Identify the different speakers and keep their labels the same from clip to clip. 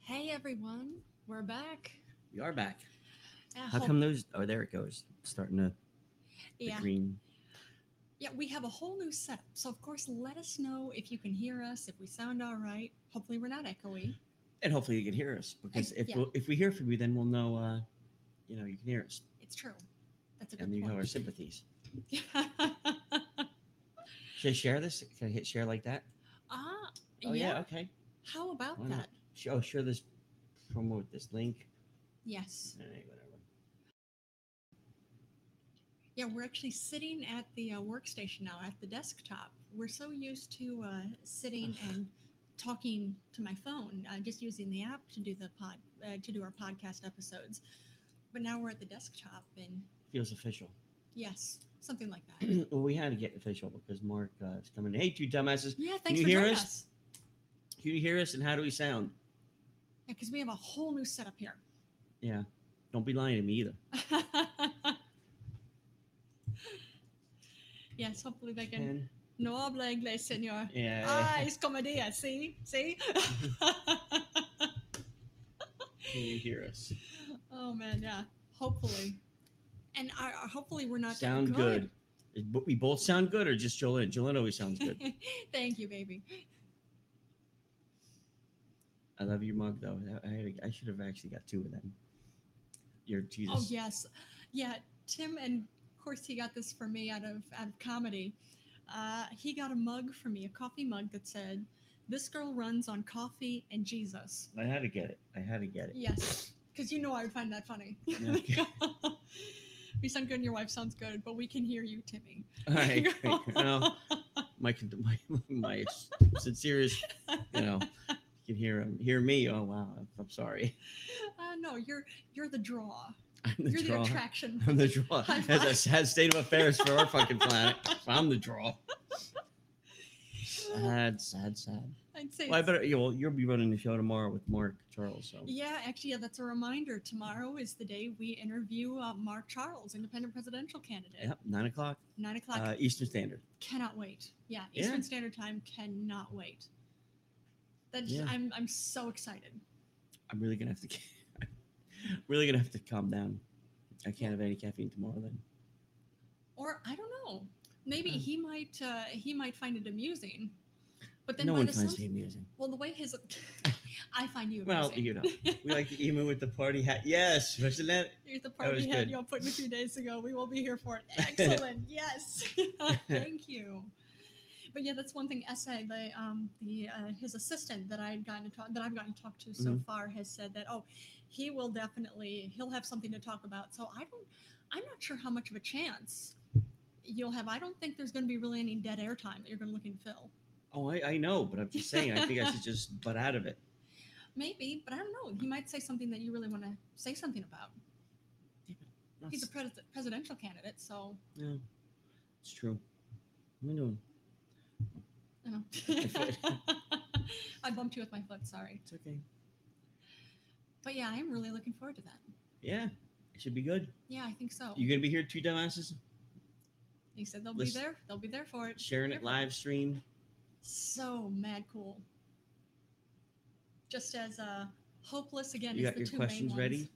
Speaker 1: Hey everyone, we're back.
Speaker 2: You are back.
Speaker 1: I
Speaker 2: How
Speaker 1: hope-
Speaker 2: come those? Oh, there it goes. Starting to the
Speaker 1: yeah,
Speaker 2: green.
Speaker 1: yeah, we have a whole new setup. So of course, let us know if you can hear us, if we sound all right. Hopefully, we're not echoey.
Speaker 2: And hopefully you can hear us because if
Speaker 1: yeah.
Speaker 2: we'll, if we hear from you, then we'll know. Uh, you know, you can hear us,
Speaker 1: It's true. That's a good
Speaker 2: and you have our
Speaker 1: point.
Speaker 2: sympathies. Should I share this? Can I hit share like that?
Speaker 1: ah,
Speaker 2: Oh yeah.
Speaker 1: yeah.
Speaker 2: okay.
Speaker 1: How about
Speaker 2: Why not?
Speaker 1: that?
Speaker 2: Sh- Oh, share this. Promote this link.
Speaker 1: Yes.
Speaker 2: All right, whatever.
Speaker 1: Yeah, we're actually sitting at the uh, workstation now, at the desktop. We're so used to uh, sitting and talking to my phone, uh, just using the app to do the pod uh, to do our podcast episodes. But now we're at the desktop, and
Speaker 2: Feels official.
Speaker 1: yes, something like that.
Speaker 2: well, we had to get official because Mark uh, is coming. Hey, you dumbasses!
Speaker 1: Yeah, thanks
Speaker 2: you
Speaker 1: for
Speaker 2: hear
Speaker 1: joining
Speaker 2: us?
Speaker 1: us.
Speaker 2: Can you hear us? And how do we sound?
Speaker 1: Yeah, because we have a whole new setup here.
Speaker 2: Yeah. Don't be lying to me either.
Speaker 1: yes, hopefully they can.
Speaker 2: And
Speaker 1: No habla inglés, señor.
Speaker 2: yeah.
Speaker 1: Ah, es comedia. See, see.
Speaker 2: Can you hear us?
Speaker 1: oh man, yeah. Hopefully, and I, I- hopefully we're not
Speaker 2: sound good. Is- But we both sound good, or just Jolene? Jolene always sounds good.
Speaker 1: Thank you, baby.
Speaker 2: I love your mug, though. I, I, had- I should have actually got two of them. Your Jesus.
Speaker 1: Oh yes, yeah. Tim, and of course he got this for me out of out of comedy. Uh, he got a mug for me, a coffee mug that said, "This girl runs on coffee and Jesus."
Speaker 2: I had to get it. I had to get it.
Speaker 1: Yes, because you know I would find that funny.
Speaker 2: Okay.
Speaker 1: we sound good, and your wife sounds good, but we can hear you, Timmy.
Speaker 2: All right. great. Well, my, con- my, my sincerest, you know, you can hear him, hear me. Oh, wow. I'm, I'm sorry.
Speaker 1: Uh, no, you're you're the draw.
Speaker 2: I'm the
Speaker 1: You're
Speaker 2: draw.
Speaker 1: the attraction.
Speaker 2: I'm the draw.
Speaker 1: High
Speaker 2: That's a
Speaker 1: five.
Speaker 2: sad state of affairs for our fucking planet. I'm the draw. Sad, sad, sad.
Speaker 1: I'd say.
Speaker 2: Well, I
Speaker 1: it's-
Speaker 2: better, you will you'll be running the show tomorrow with Mark Charles. So.
Speaker 1: Yeah, actually, yeah, that's a reminder. Tomorrow is the day we interview uh, Mark Charles, independent presidential candidate.
Speaker 2: Yep, nine o'clock,
Speaker 1: Nine o'clock.
Speaker 2: uh, Eastern Standard.
Speaker 1: cannot wait. Yeah,
Speaker 2: Yeah.
Speaker 1: Eastern Standard Time cannot wait. That's
Speaker 2: Yeah.
Speaker 1: I'm I'm so excited.
Speaker 2: I'm really gonna have to, I'm really gonna have to calm down. I can't have any caffeine tomorrow then.
Speaker 1: Or I don't know, maybe
Speaker 2: Yeah.
Speaker 1: he might uh, he might find it amusing. But then
Speaker 2: no
Speaker 1: by
Speaker 2: one
Speaker 1: the
Speaker 2: finds
Speaker 1: sounds-
Speaker 2: me amusing.
Speaker 1: Well, the way his I find you
Speaker 2: Well,
Speaker 1: amusing.
Speaker 2: you know, we like the emu with the party hat. Yes, wasn't that?
Speaker 1: Here's the
Speaker 2: was
Speaker 1: party hat
Speaker 2: good.
Speaker 1: y'all put in a few days ago. We will be here for it. Excellent. yes. Thank you. But yeah, that's one thing. Essay, the um, the uh, his assistant that I had gotten to talk that I've gotten to talk to so
Speaker 2: Mhm.
Speaker 1: far has said that oh, he will definitely he'll have something to talk about. So I don't, I'm not sure how much of a chance you'll have. I don't think there's going to be really any dead air time that you're going to look and fill.
Speaker 2: Oh, I, I know, but I'm just saying. I think I should just butt out of it.
Speaker 1: Maybe, but I don't know. He might say something that you really want to say something about. He's a
Speaker 2: That's,
Speaker 1: pres- presidential candidate, so
Speaker 2: yeah, it's true. What am I doing?
Speaker 1: I know.
Speaker 2: foot.
Speaker 1: I bumped you with my foot, sorry.
Speaker 2: It's okay.
Speaker 1: But yeah, I'm really looking forward to that.
Speaker 2: Yeah, it should be good.
Speaker 1: Yeah, I think so.
Speaker 2: You gonna be here, two dumbasses,
Speaker 1: He said they'll
Speaker 2: Listen-
Speaker 1: be there. They'll be there for it.
Speaker 2: sharing it live stream.
Speaker 1: So mad cool. Just as uh, hopeless again.
Speaker 2: You
Speaker 1: is
Speaker 2: got
Speaker 1: the
Speaker 2: your
Speaker 1: two main
Speaker 2: questions
Speaker 1: ones.
Speaker 2: ready?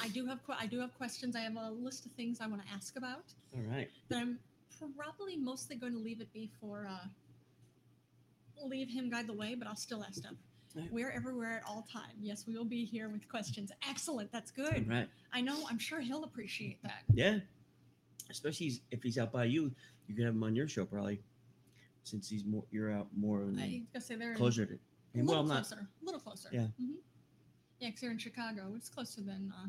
Speaker 1: I do have que- I do have questions. I have a list of things I want to ask about.
Speaker 2: All right.
Speaker 1: But I'm probably mostly going to leave it be for uh, leave him guide the way. But I'll still ask stuff.
Speaker 2: Alright.
Speaker 1: We're everywhere at all time. Yes, we will be here with questions. Excellent. That's good.
Speaker 2: All right.
Speaker 1: I know. I'm sure he'll appreciate that.
Speaker 2: Yeah. Especially he's- if he's out by you, you could have him on your show probably, since he's more you're out more in-
Speaker 1: I gotta say they're
Speaker 2: closer to.
Speaker 1: A little
Speaker 2: And Mm-hmm. well, I'm not.
Speaker 1: closer. A little closer.
Speaker 2: Yeah.
Speaker 1: hmm Yeah, because they're in Chicago. It's closer than. Uh,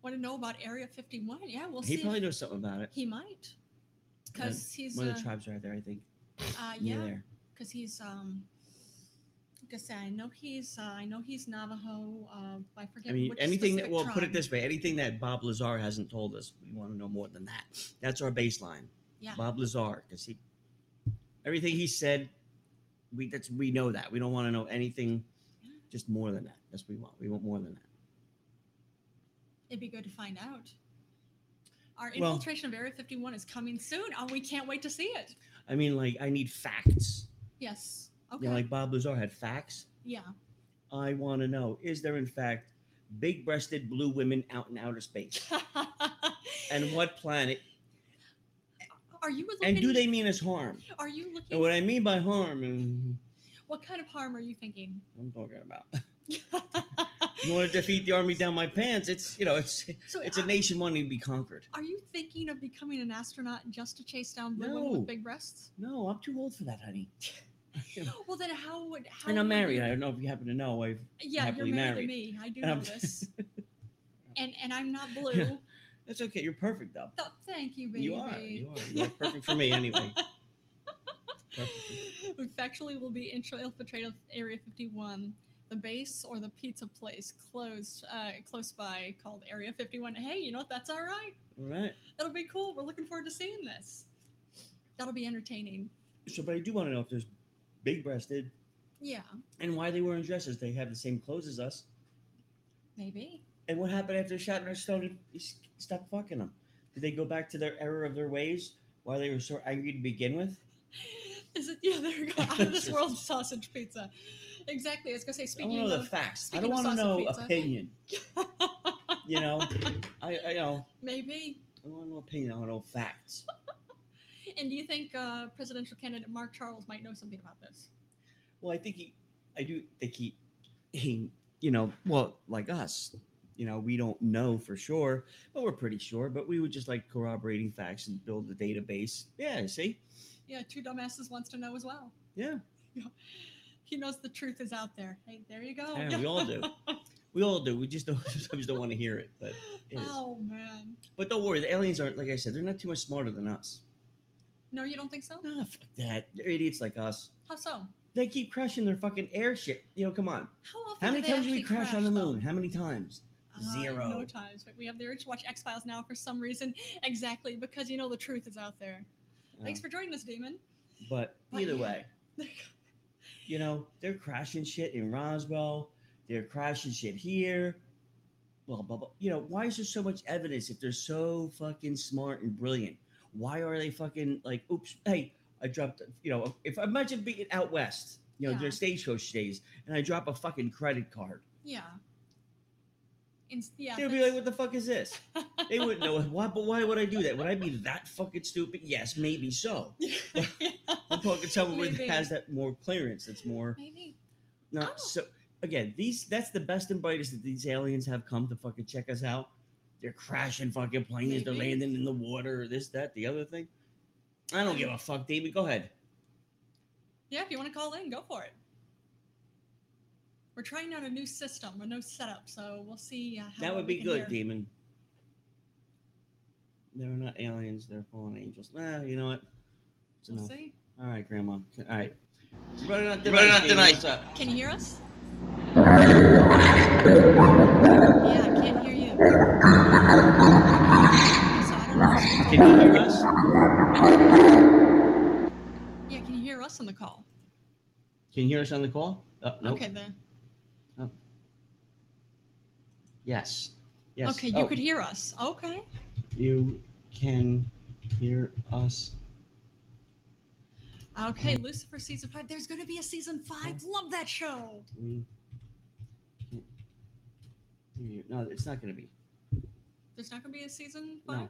Speaker 1: want to know about Area 51? Yeah, we'll
Speaker 2: He
Speaker 1: see.
Speaker 2: probably
Speaker 1: if-
Speaker 2: knows something about it.
Speaker 1: he might. Because he's.
Speaker 2: One
Speaker 1: Uh,
Speaker 2: of the tribes are out there, I think.
Speaker 1: uh,
Speaker 2: Near
Speaker 1: yeah.
Speaker 2: there.
Speaker 1: Because he's. Um, like I say, I know he's. Uh, I know he's Navajo. Uh, I forget.
Speaker 2: I mean,
Speaker 1: which
Speaker 2: anything that
Speaker 1: specific
Speaker 2: well, put it
Speaker 1: tribe.
Speaker 2: this way, anything that Bob Lazar hasn't told us, we want to know more than that. That's our baseline.
Speaker 1: Yeah.
Speaker 2: Bob Lazar, because he, everything he said, we that's we know that. We don't want to know anything, just more than that. That's what we want. We want more than that.
Speaker 1: It'd be good to find out. Our
Speaker 2: Well-
Speaker 1: infiltration of Area 51 is coming soon. Oh, we can't wait to see it.
Speaker 2: I mean, like I need facts.
Speaker 1: Yes.
Speaker 2: You
Speaker 1: Okay.
Speaker 2: know, like Bob Lazar had facts.
Speaker 1: yeah.
Speaker 2: I want to know is there, in fact, big breasted blue women out in outer space? And what planet?
Speaker 1: are you looking?
Speaker 2: And do they mean us harm?
Speaker 1: Are you looking?
Speaker 2: And what I mean by harm, and
Speaker 1: what kind of harm are you thinking?
Speaker 2: I'm talking about. You want to defeat the army down my pants? It's you know, it's
Speaker 1: so
Speaker 2: it's a
Speaker 1: uh,
Speaker 2: nation wanting to be conquered.
Speaker 1: Are you thinking of becoming an astronaut just to chase down blue women
Speaker 2: No.
Speaker 1: with big breasts?
Speaker 2: No, I'm too old for that, honey.
Speaker 1: Well, then how would how?
Speaker 2: And I'm
Speaker 1: would you-
Speaker 2: married. I don't know if you happen to know. I've
Speaker 1: Yeah, you're
Speaker 2: happily
Speaker 1: married, to
Speaker 2: married.
Speaker 1: me. I do
Speaker 2: And
Speaker 1: know
Speaker 2: I'm-
Speaker 1: this. and and I'm not blue.
Speaker 2: Yeah. that's okay. You're perfect though.
Speaker 1: Th- thank you, baby.
Speaker 2: You are. You are. You're perfect for me anyway. Perfect.
Speaker 1: Which actually will be intro infiltrated Area 51. The base or the pizza place closed, uh, close by called Area 51. Hey, you know what? That's all right.
Speaker 2: All right.
Speaker 1: That'll be cool. We're looking forward to seeing this. That'll be entertaining.
Speaker 2: So, but I do want to know if there's big breasted
Speaker 1: Yeah,
Speaker 2: and why they were in dresses. They have the same clothes as us.
Speaker 1: maybe.
Speaker 2: And what happened after Shatner started stopped fucking them? Did they go back to their error of their ways? Why they were so angry to begin with?
Speaker 1: Is it? Yeah, there you go. Out of this world sausage pizza. Exactly. I was gonna say.
Speaker 2: I want
Speaker 1: Speaking
Speaker 2: to know the
Speaker 1: of,
Speaker 2: facts. I
Speaker 1: speaking
Speaker 2: don't
Speaker 1: of
Speaker 2: want to know
Speaker 1: sausage pizza.
Speaker 2: opinion. You know, I, I you know
Speaker 1: maybe.
Speaker 2: I want no opinion. I want no facts.
Speaker 1: And do you think uh, presidential candidate Mark Charles might know something about this?
Speaker 2: Well, I think he, I do think he, he, you know, well, like us, you know, we don't know for sure, but we're pretty sure. But we would just like corroborating facts and build a database. Yeah, see,
Speaker 1: Yeah, two dumbasses wants to know as well.
Speaker 2: yeah,
Speaker 1: He knows the truth is out there. Hey, there you go.
Speaker 2: Yeah, we all do. we all do. We just don't sometimes don't want to hear it. But it is.
Speaker 1: oh man.
Speaker 2: but don't worry, the aliens aren't like I said. They're not too much smarter than us.
Speaker 1: No, you don't think so?
Speaker 2: Nah, fuck that. They're idiots like us.
Speaker 1: How so?
Speaker 2: They keep crashing their fucking airship. You know, come on.
Speaker 1: How often?
Speaker 2: How
Speaker 1: do
Speaker 2: many
Speaker 1: they
Speaker 2: times did we
Speaker 1: actually
Speaker 2: crash on the
Speaker 1: though?
Speaker 2: moon? How many times? Zero.
Speaker 1: Uh, No times, but we have the urge to watch X Files now for some reason. Exactly because you know the truth is out there. Thanks
Speaker 2: Uh,
Speaker 1: for joining us, Demon.
Speaker 2: but
Speaker 1: But
Speaker 2: either
Speaker 1: yeah.
Speaker 2: way, You know, they're crashing shit in Roswell. They're crashing shit here. Blah, blah, blah. You know, why is there so much evidence if they're so fucking smart and brilliant? Why are they fucking like, oops, hey, I dropped, you know, if imagine being out west, you know,
Speaker 1: Yeah.
Speaker 2: their stagecoach days, and I drop a fucking credit card.
Speaker 1: yeah. In, yeah.
Speaker 2: They'd be
Speaker 1: that's-
Speaker 2: like, what the fuck is this? They wouldn't know. Why, but why would I do that? Would I be that fucking stupid? Yes, maybe so. I'm talking someone with
Speaker 1: Maybe.
Speaker 2: has that more clearance, that's more
Speaker 1: Maybe.
Speaker 2: No,
Speaker 1: Oh.
Speaker 2: so again, these that's the best and brightest that these aliens have come to fucking check us out. They're crashing fucking planes, they're
Speaker 1: Maybe.
Speaker 2: landing in the water, this, that, the other thing. I don't give a fuck, David. Go ahead.
Speaker 1: Yeah, if you want to call in, go for it. We're trying out a new system, a new setup, so we'll see uh, how
Speaker 2: that
Speaker 1: well
Speaker 2: would
Speaker 1: we
Speaker 2: be
Speaker 1: can
Speaker 2: good,
Speaker 1: hear.
Speaker 2: Demon. They're not aliens, they're fallen angels. Nah, you know what? It's
Speaker 1: We'll
Speaker 2: enough.
Speaker 1: see.
Speaker 2: All right, Grandma. All right. Running out the
Speaker 3: Running
Speaker 2: night,
Speaker 3: out the
Speaker 2: Damon.
Speaker 3: night.
Speaker 2: What's up?
Speaker 1: Can you hear us? Yeah, I can't hear you. So I don't know if it's-
Speaker 2: Can you hear us?
Speaker 1: Yeah, can you hear us on the call?
Speaker 2: Can you hear us on the call? Uh, nope.
Speaker 1: Okay, then.
Speaker 2: Yes. Yes.
Speaker 1: Okay, you
Speaker 2: Oh.
Speaker 1: could hear us. Okay.
Speaker 2: You can hear us. Mm-hmm.
Speaker 1: Okay, Lucifer season five. There's going to be a season five. Love that show.
Speaker 2: We can't hear you. No, it's not going to be.
Speaker 1: There's not going to be a season
Speaker 2: No.
Speaker 1: five?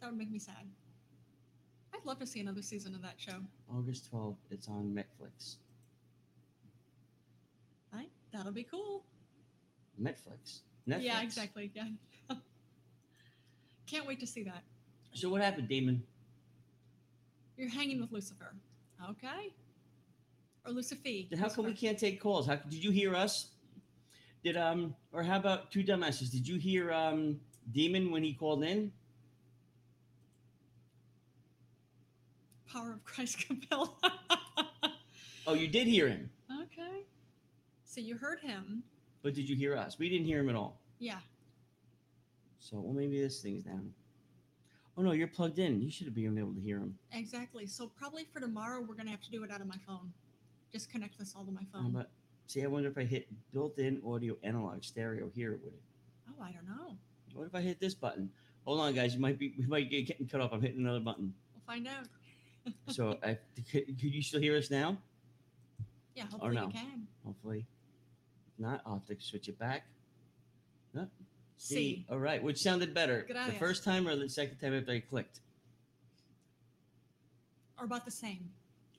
Speaker 1: That would make me sad. I'd love to see another season of that show.
Speaker 2: August 12th, it's on Netflix.
Speaker 1: Right? That'll be cool.
Speaker 2: Netflix. Netflix.
Speaker 1: Yeah, exactly. Yeah. Can't wait to see that.
Speaker 2: So what happened, Damon?
Speaker 1: You're hanging with Lucifer. Okay. Or Lucifer.
Speaker 2: How come we
Speaker 1: Lucifer.
Speaker 2: can't take calls? How did you hear us? Did um or how about two dumbasses? Did you hear um Demon when he called in?
Speaker 1: Power of Christ compelled.
Speaker 2: Oh, you did hear him,
Speaker 1: okay. So you heard him.
Speaker 2: but did you hear us? We didn't hear him at all.
Speaker 1: Yeah.
Speaker 2: So well, maybe this thing's down. Oh no, you're plugged in. You should have been able to hear him.
Speaker 1: Exactly. So probably for tomorrow, we're gonna have to do it out of my phone. Just connect this all to my
Speaker 2: Um,
Speaker 1: phone.
Speaker 2: but see, I wonder if I hit built-in audio analog stereo here would it.
Speaker 1: oh, I don't know.
Speaker 2: What if I hit this button? Hold on, guys. You might be we might get getting cut off. I'm hitting another button.
Speaker 1: We'll find out.
Speaker 2: So I could, could you still hear us now?
Speaker 1: Yeah, hopefully
Speaker 2: no.
Speaker 1: you can.
Speaker 2: Hopefully, if not, I'll have to switch it back. No. C.
Speaker 1: C.
Speaker 2: All right. Which sounded better, the
Speaker 1: Gracias.
Speaker 2: first time or the second time after I clicked?
Speaker 1: Or about the same.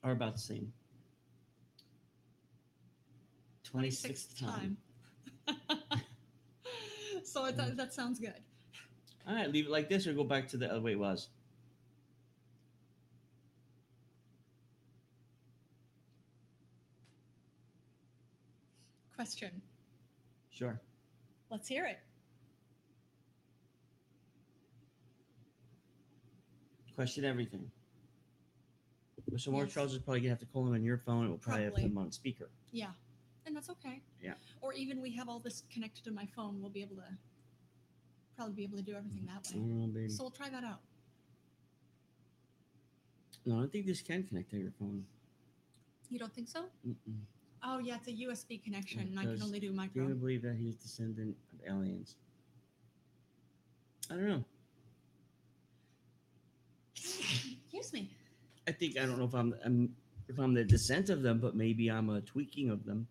Speaker 2: Are about the same. 26th time.
Speaker 1: so I thought that sounds good.
Speaker 2: All right, leave it like this or go back to the other way it was.
Speaker 1: Question.
Speaker 2: Sure.
Speaker 1: Let's hear it.
Speaker 2: Question everything. Mr. Moore
Speaker 1: Yes.
Speaker 2: Charles is probably going to have to call him on your phone. It will probably, have
Speaker 1: Probably.
Speaker 2: him on speaker.
Speaker 1: Yeah. And that's okay.
Speaker 2: Yeah.
Speaker 1: Or even we have all this connected to my phone. We'll be able to probably be able to do everything that
Speaker 2: I
Speaker 1: way.
Speaker 2: don't know, baby.
Speaker 1: So we'll try that out.
Speaker 2: no, I don't think this can connect to your phone.
Speaker 1: You don't think so?
Speaker 2: Mm-mm.
Speaker 1: Oh yeah, it's a USB connection.
Speaker 2: It
Speaker 1: and I can
Speaker 2: does.
Speaker 1: only do
Speaker 2: Do you
Speaker 1: micro.
Speaker 2: believe that he's descendant of aliens? I don't know.
Speaker 1: Excuse me.
Speaker 2: I think I don't know if I'm, I'm if I'm the descent of them, but maybe I'm a tweaking of them.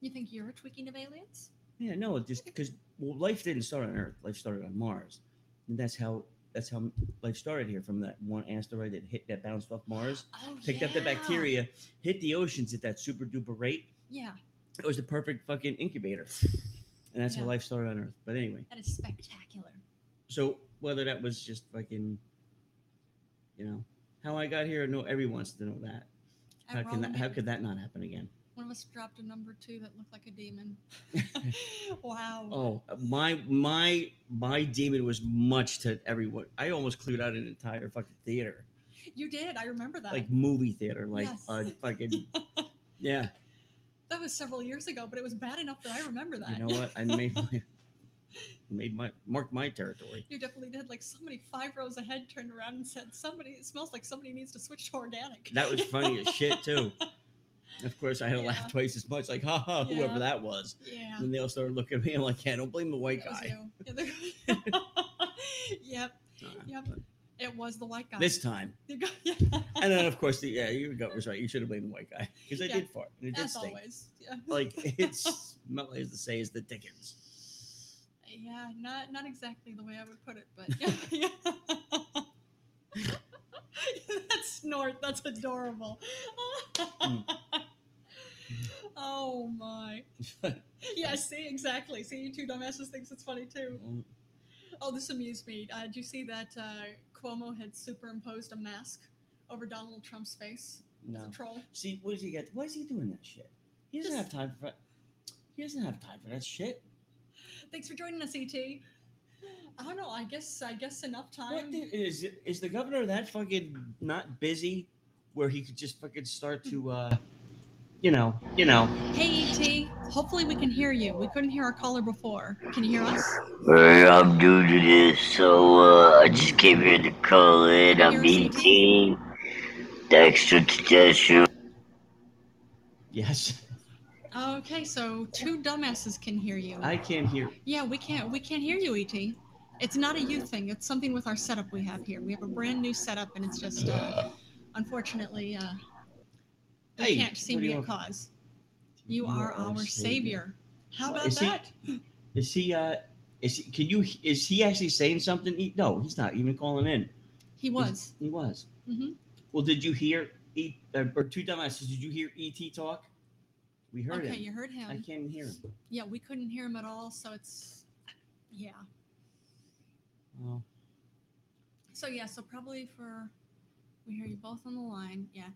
Speaker 1: You think you're a tweaking of aliens?
Speaker 2: Yeah, no, it just because well, life didn't start on Earth. Life started on Mars, and that's how that's how life started here from that one asteroid that hit that bounced off Mars,
Speaker 1: Oh
Speaker 2: picked up the
Speaker 1: yeah.
Speaker 2: bacteria, hit the oceans at that super duper rate.
Speaker 1: Yeah,
Speaker 2: It was the perfect fucking incubator, and that's how
Speaker 1: Yeah.
Speaker 2: life started on Earth. But anyway,
Speaker 1: that is spectacular.
Speaker 2: so whether that was just fucking, you know, how I got here, no, everyone wants to know that.
Speaker 1: And
Speaker 2: How
Speaker 1: we're
Speaker 2: can
Speaker 1: all
Speaker 2: that? How
Speaker 1: amazed.
Speaker 2: could that not happen again?
Speaker 1: One of us dropped a number two that looked like a demon. wow.
Speaker 2: Oh, my my my demon was much to everyone. I almost cleared out an entire fucking theater,
Speaker 1: You did. I remember that.
Speaker 2: like movie theater, like
Speaker 1: Yes.
Speaker 2: uh, fucking yeah.
Speaker 1: that was several years ago, but it was bad enough that I remember that.
Speaker 2: You know what? I made my made my mark my territory.
Speaker 1: You definitely did. Like somebody five rows ahead turned around and said, "Somebody, it smells like somebody needs to switch to organic."
Speaker 2: That was funny as shit too. Of course, I had to
Speaker 1: Yeah.
Speaker 2: laugh twice as much. Like, ha ha, whoever
Speaker 1: Yeah.
Speaker 2: that was.
Speaker 1: yeah.
Speaker 2: And then they all started looking at me. I'm like, yeah, don't blame the white
Speaker 1: that was
Speaker 2: guy.
Speaker 1: you. Yeah, there- yep,
Speaker 2: Uh,
Speaker 1: Yep.
Speaker 2: but
Speaker 1: it was the white guy.
Speaker 2: This time,
Speaker 1: You go- yeah.
Speaker 2: and then of course, the, yeah, your gut was right. You should have blamed the white guy because I
Speaker 1: Yeah.
Speaker 2: did fart. And it did
Speaker 1: As
Speaker 2: stink.
Speaker 1: always. Yeah.
Speaker 2: like it's not as to say is the Dickens.
Speaker 1: Yeah, not not exactly the way I would put it, but yeah. that snort, that's adorable. oh my. Yeah, see, exactly. See, you two dumbasses thinks it's funny too. Oh, this amused me. Uh, did you see that uh, Cuomo had superimposed a mask over Donald Trump's face? It's
Speaker 2: no.
Speaker 1: a troll.
Speaker 2: See, what does he get? Why is he doing that shit? He doesn't have
Speaker 1: Just-
Speaker 2: time for. He doesn't have time for that shit.
Speaker 1: Thanks for joining us, ET. I don't know. I guess I guess enough
Speaker 2: What
Speaker 1: time.
Speaker 2: the, is it- is the governor that fucking not busy, where he could just fucking start to, uh, you know, you know.
Speaker 1: Hey, ET. Hopefully we can hear you. We couldn't hear our caller before. Can you hear us?
Speaker 3: Hey, I'm new to this, so uh, I just came here to call in. I'm
Speaker 1: You're so-
Speaker 3: eating. Thanks for the suggestion.
Speaker 2: Yes,
Speaker 1: Okay, so two dumbasses can hear you.
Speaker 2: I can hear.
Speaker 1: yeah, we can't. We can't hear you, ET. It's not a you thing. It's something with our setup we have here. We have a brand new setup, and it's just uh, unfortunately uh, we
Speaker 2: Hey,
Speaker 1: can't seem to
Speaker 2: what do
Speaker 1: get
Speaker 2: you want?
Speaker 1: cause. You are our savior. How
Speaker 2: Well,
Speaker 1: about
Speaker 2: is he-
Speaker 1: that?
Speaker 2: Is he? uh Is he, can you? Is he actually saying something? He- No, he's not even calling in.
Speaker 1: He was.
Speaker 2: He was.
Speaker 1: Mhm.
Speaker 2: Well, did you hear E uh, or two dumbasses? Did you hear ET talk? We heard
Speaker 1: Okay,
Speaker 2: him.
Speaker 1: you heard
Speaker 2: I
Speaker 1: him.
Speaker 2: can't even hear him.
Speaker 1: Yeah, we couldn't hear him at all, so it's yeah.
Speaker 2: Oh,
Speaker 1: So yeah, so probably for we hear you both on the line. Yeah,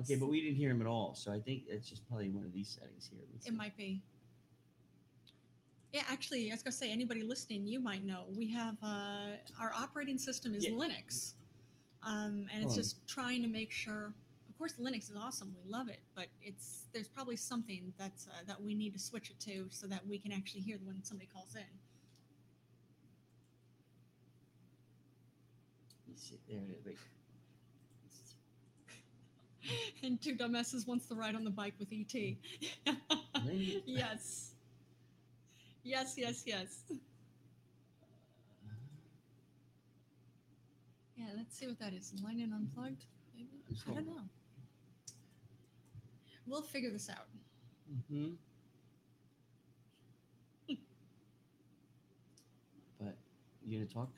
Speaker 2: okay, but we didn't hear him at all. So I think it's just probably one of these settings here. Let's see.
Speaker 1: it might be. Yeah, actually, I was gonna say anybody listening, you might know we have uh, our operating system is
Speaker 2: Yeah.
Speaker 1: Linux, um, and it's
Speaker 2: Oh.
Speaker 1: just trying to make sure. Of course, Linux is awesome; we love it, but it's there's probably something that's uh, that we need to switch it to so that we can actually hear when somebody calls in.
Speaker 2: Let's see. There it is. Wait.
Speaker 1: and two dumbasses wants to ride on the bike with ET.
Speaker 2: Lin-
Speaker 1: yes. Yes, yes, yes. Yeah, let's see what that is. Line and unplugged? Maybe? I don't know. We'll figure this out.
Speaker 2: hmm but you gonna talk?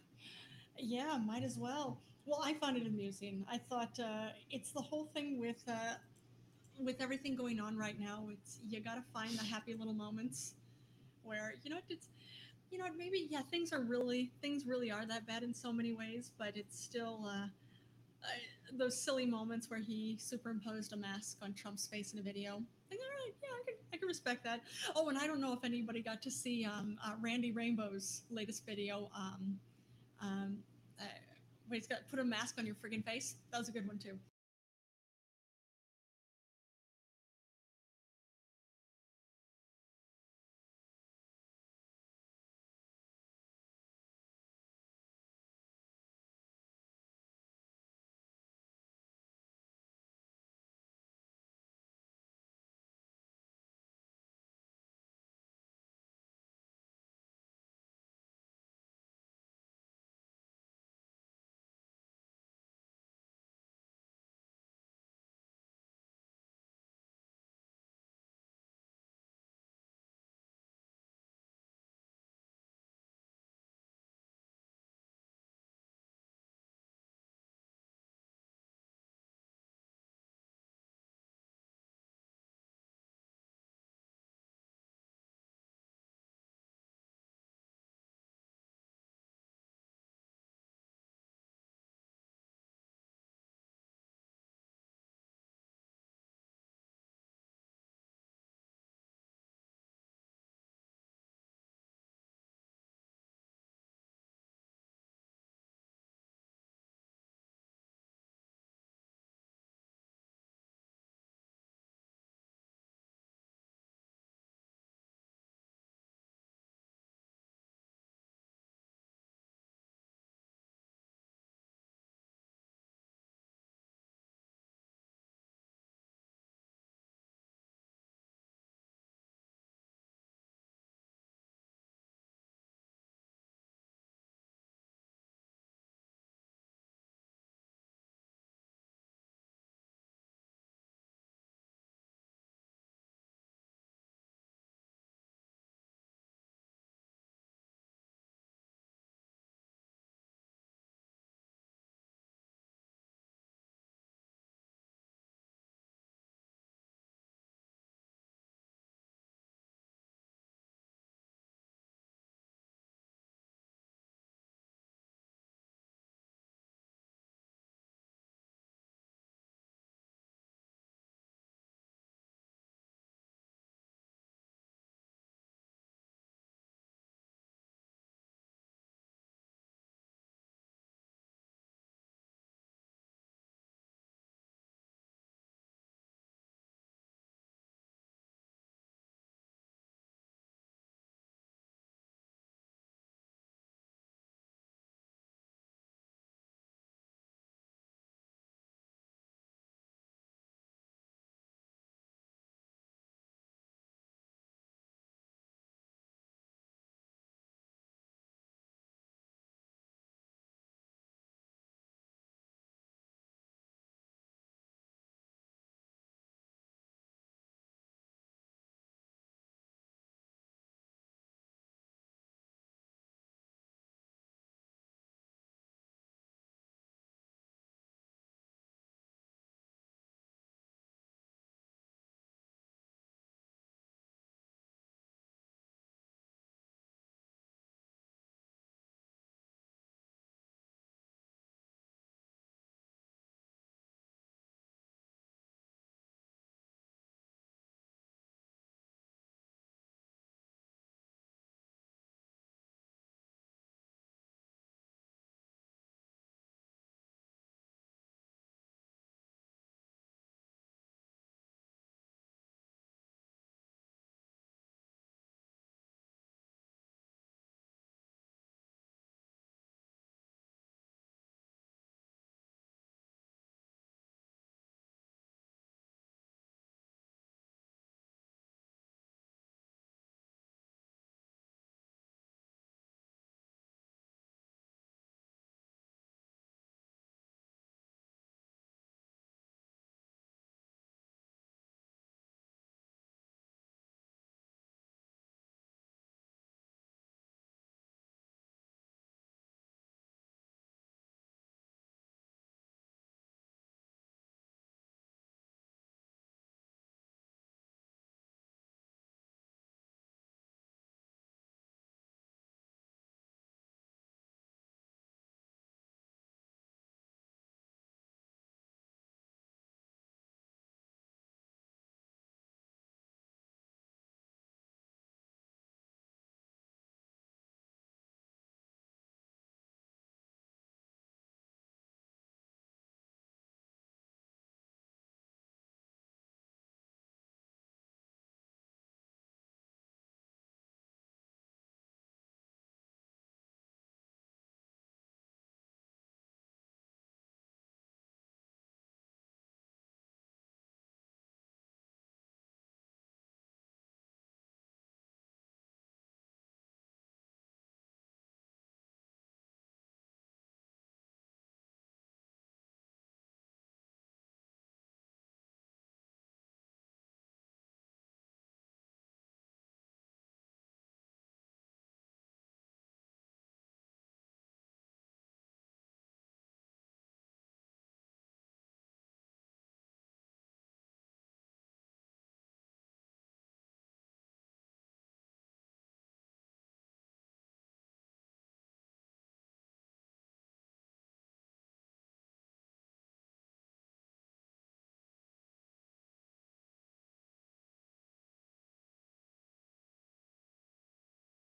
Speaker 1: Yeah, might as well. Well, I found it amusing. I thought uh, it's the whole thing with uh, with everything going on right now. It's you got to find the happy little moments where you know it's you know maybe yeah things are really things really are that bad in so many ways, but it's still uh, uh, those silly moments where he superimposed a mask on Trump's face in a video. Like, all right, yeah, I can I can respect that. Oh, and I don't know if anybody got to see um, uh, Randy Rainbow's latest video. Um, um, uh, where he's got put a mask on your friggin' face. That was a good one too.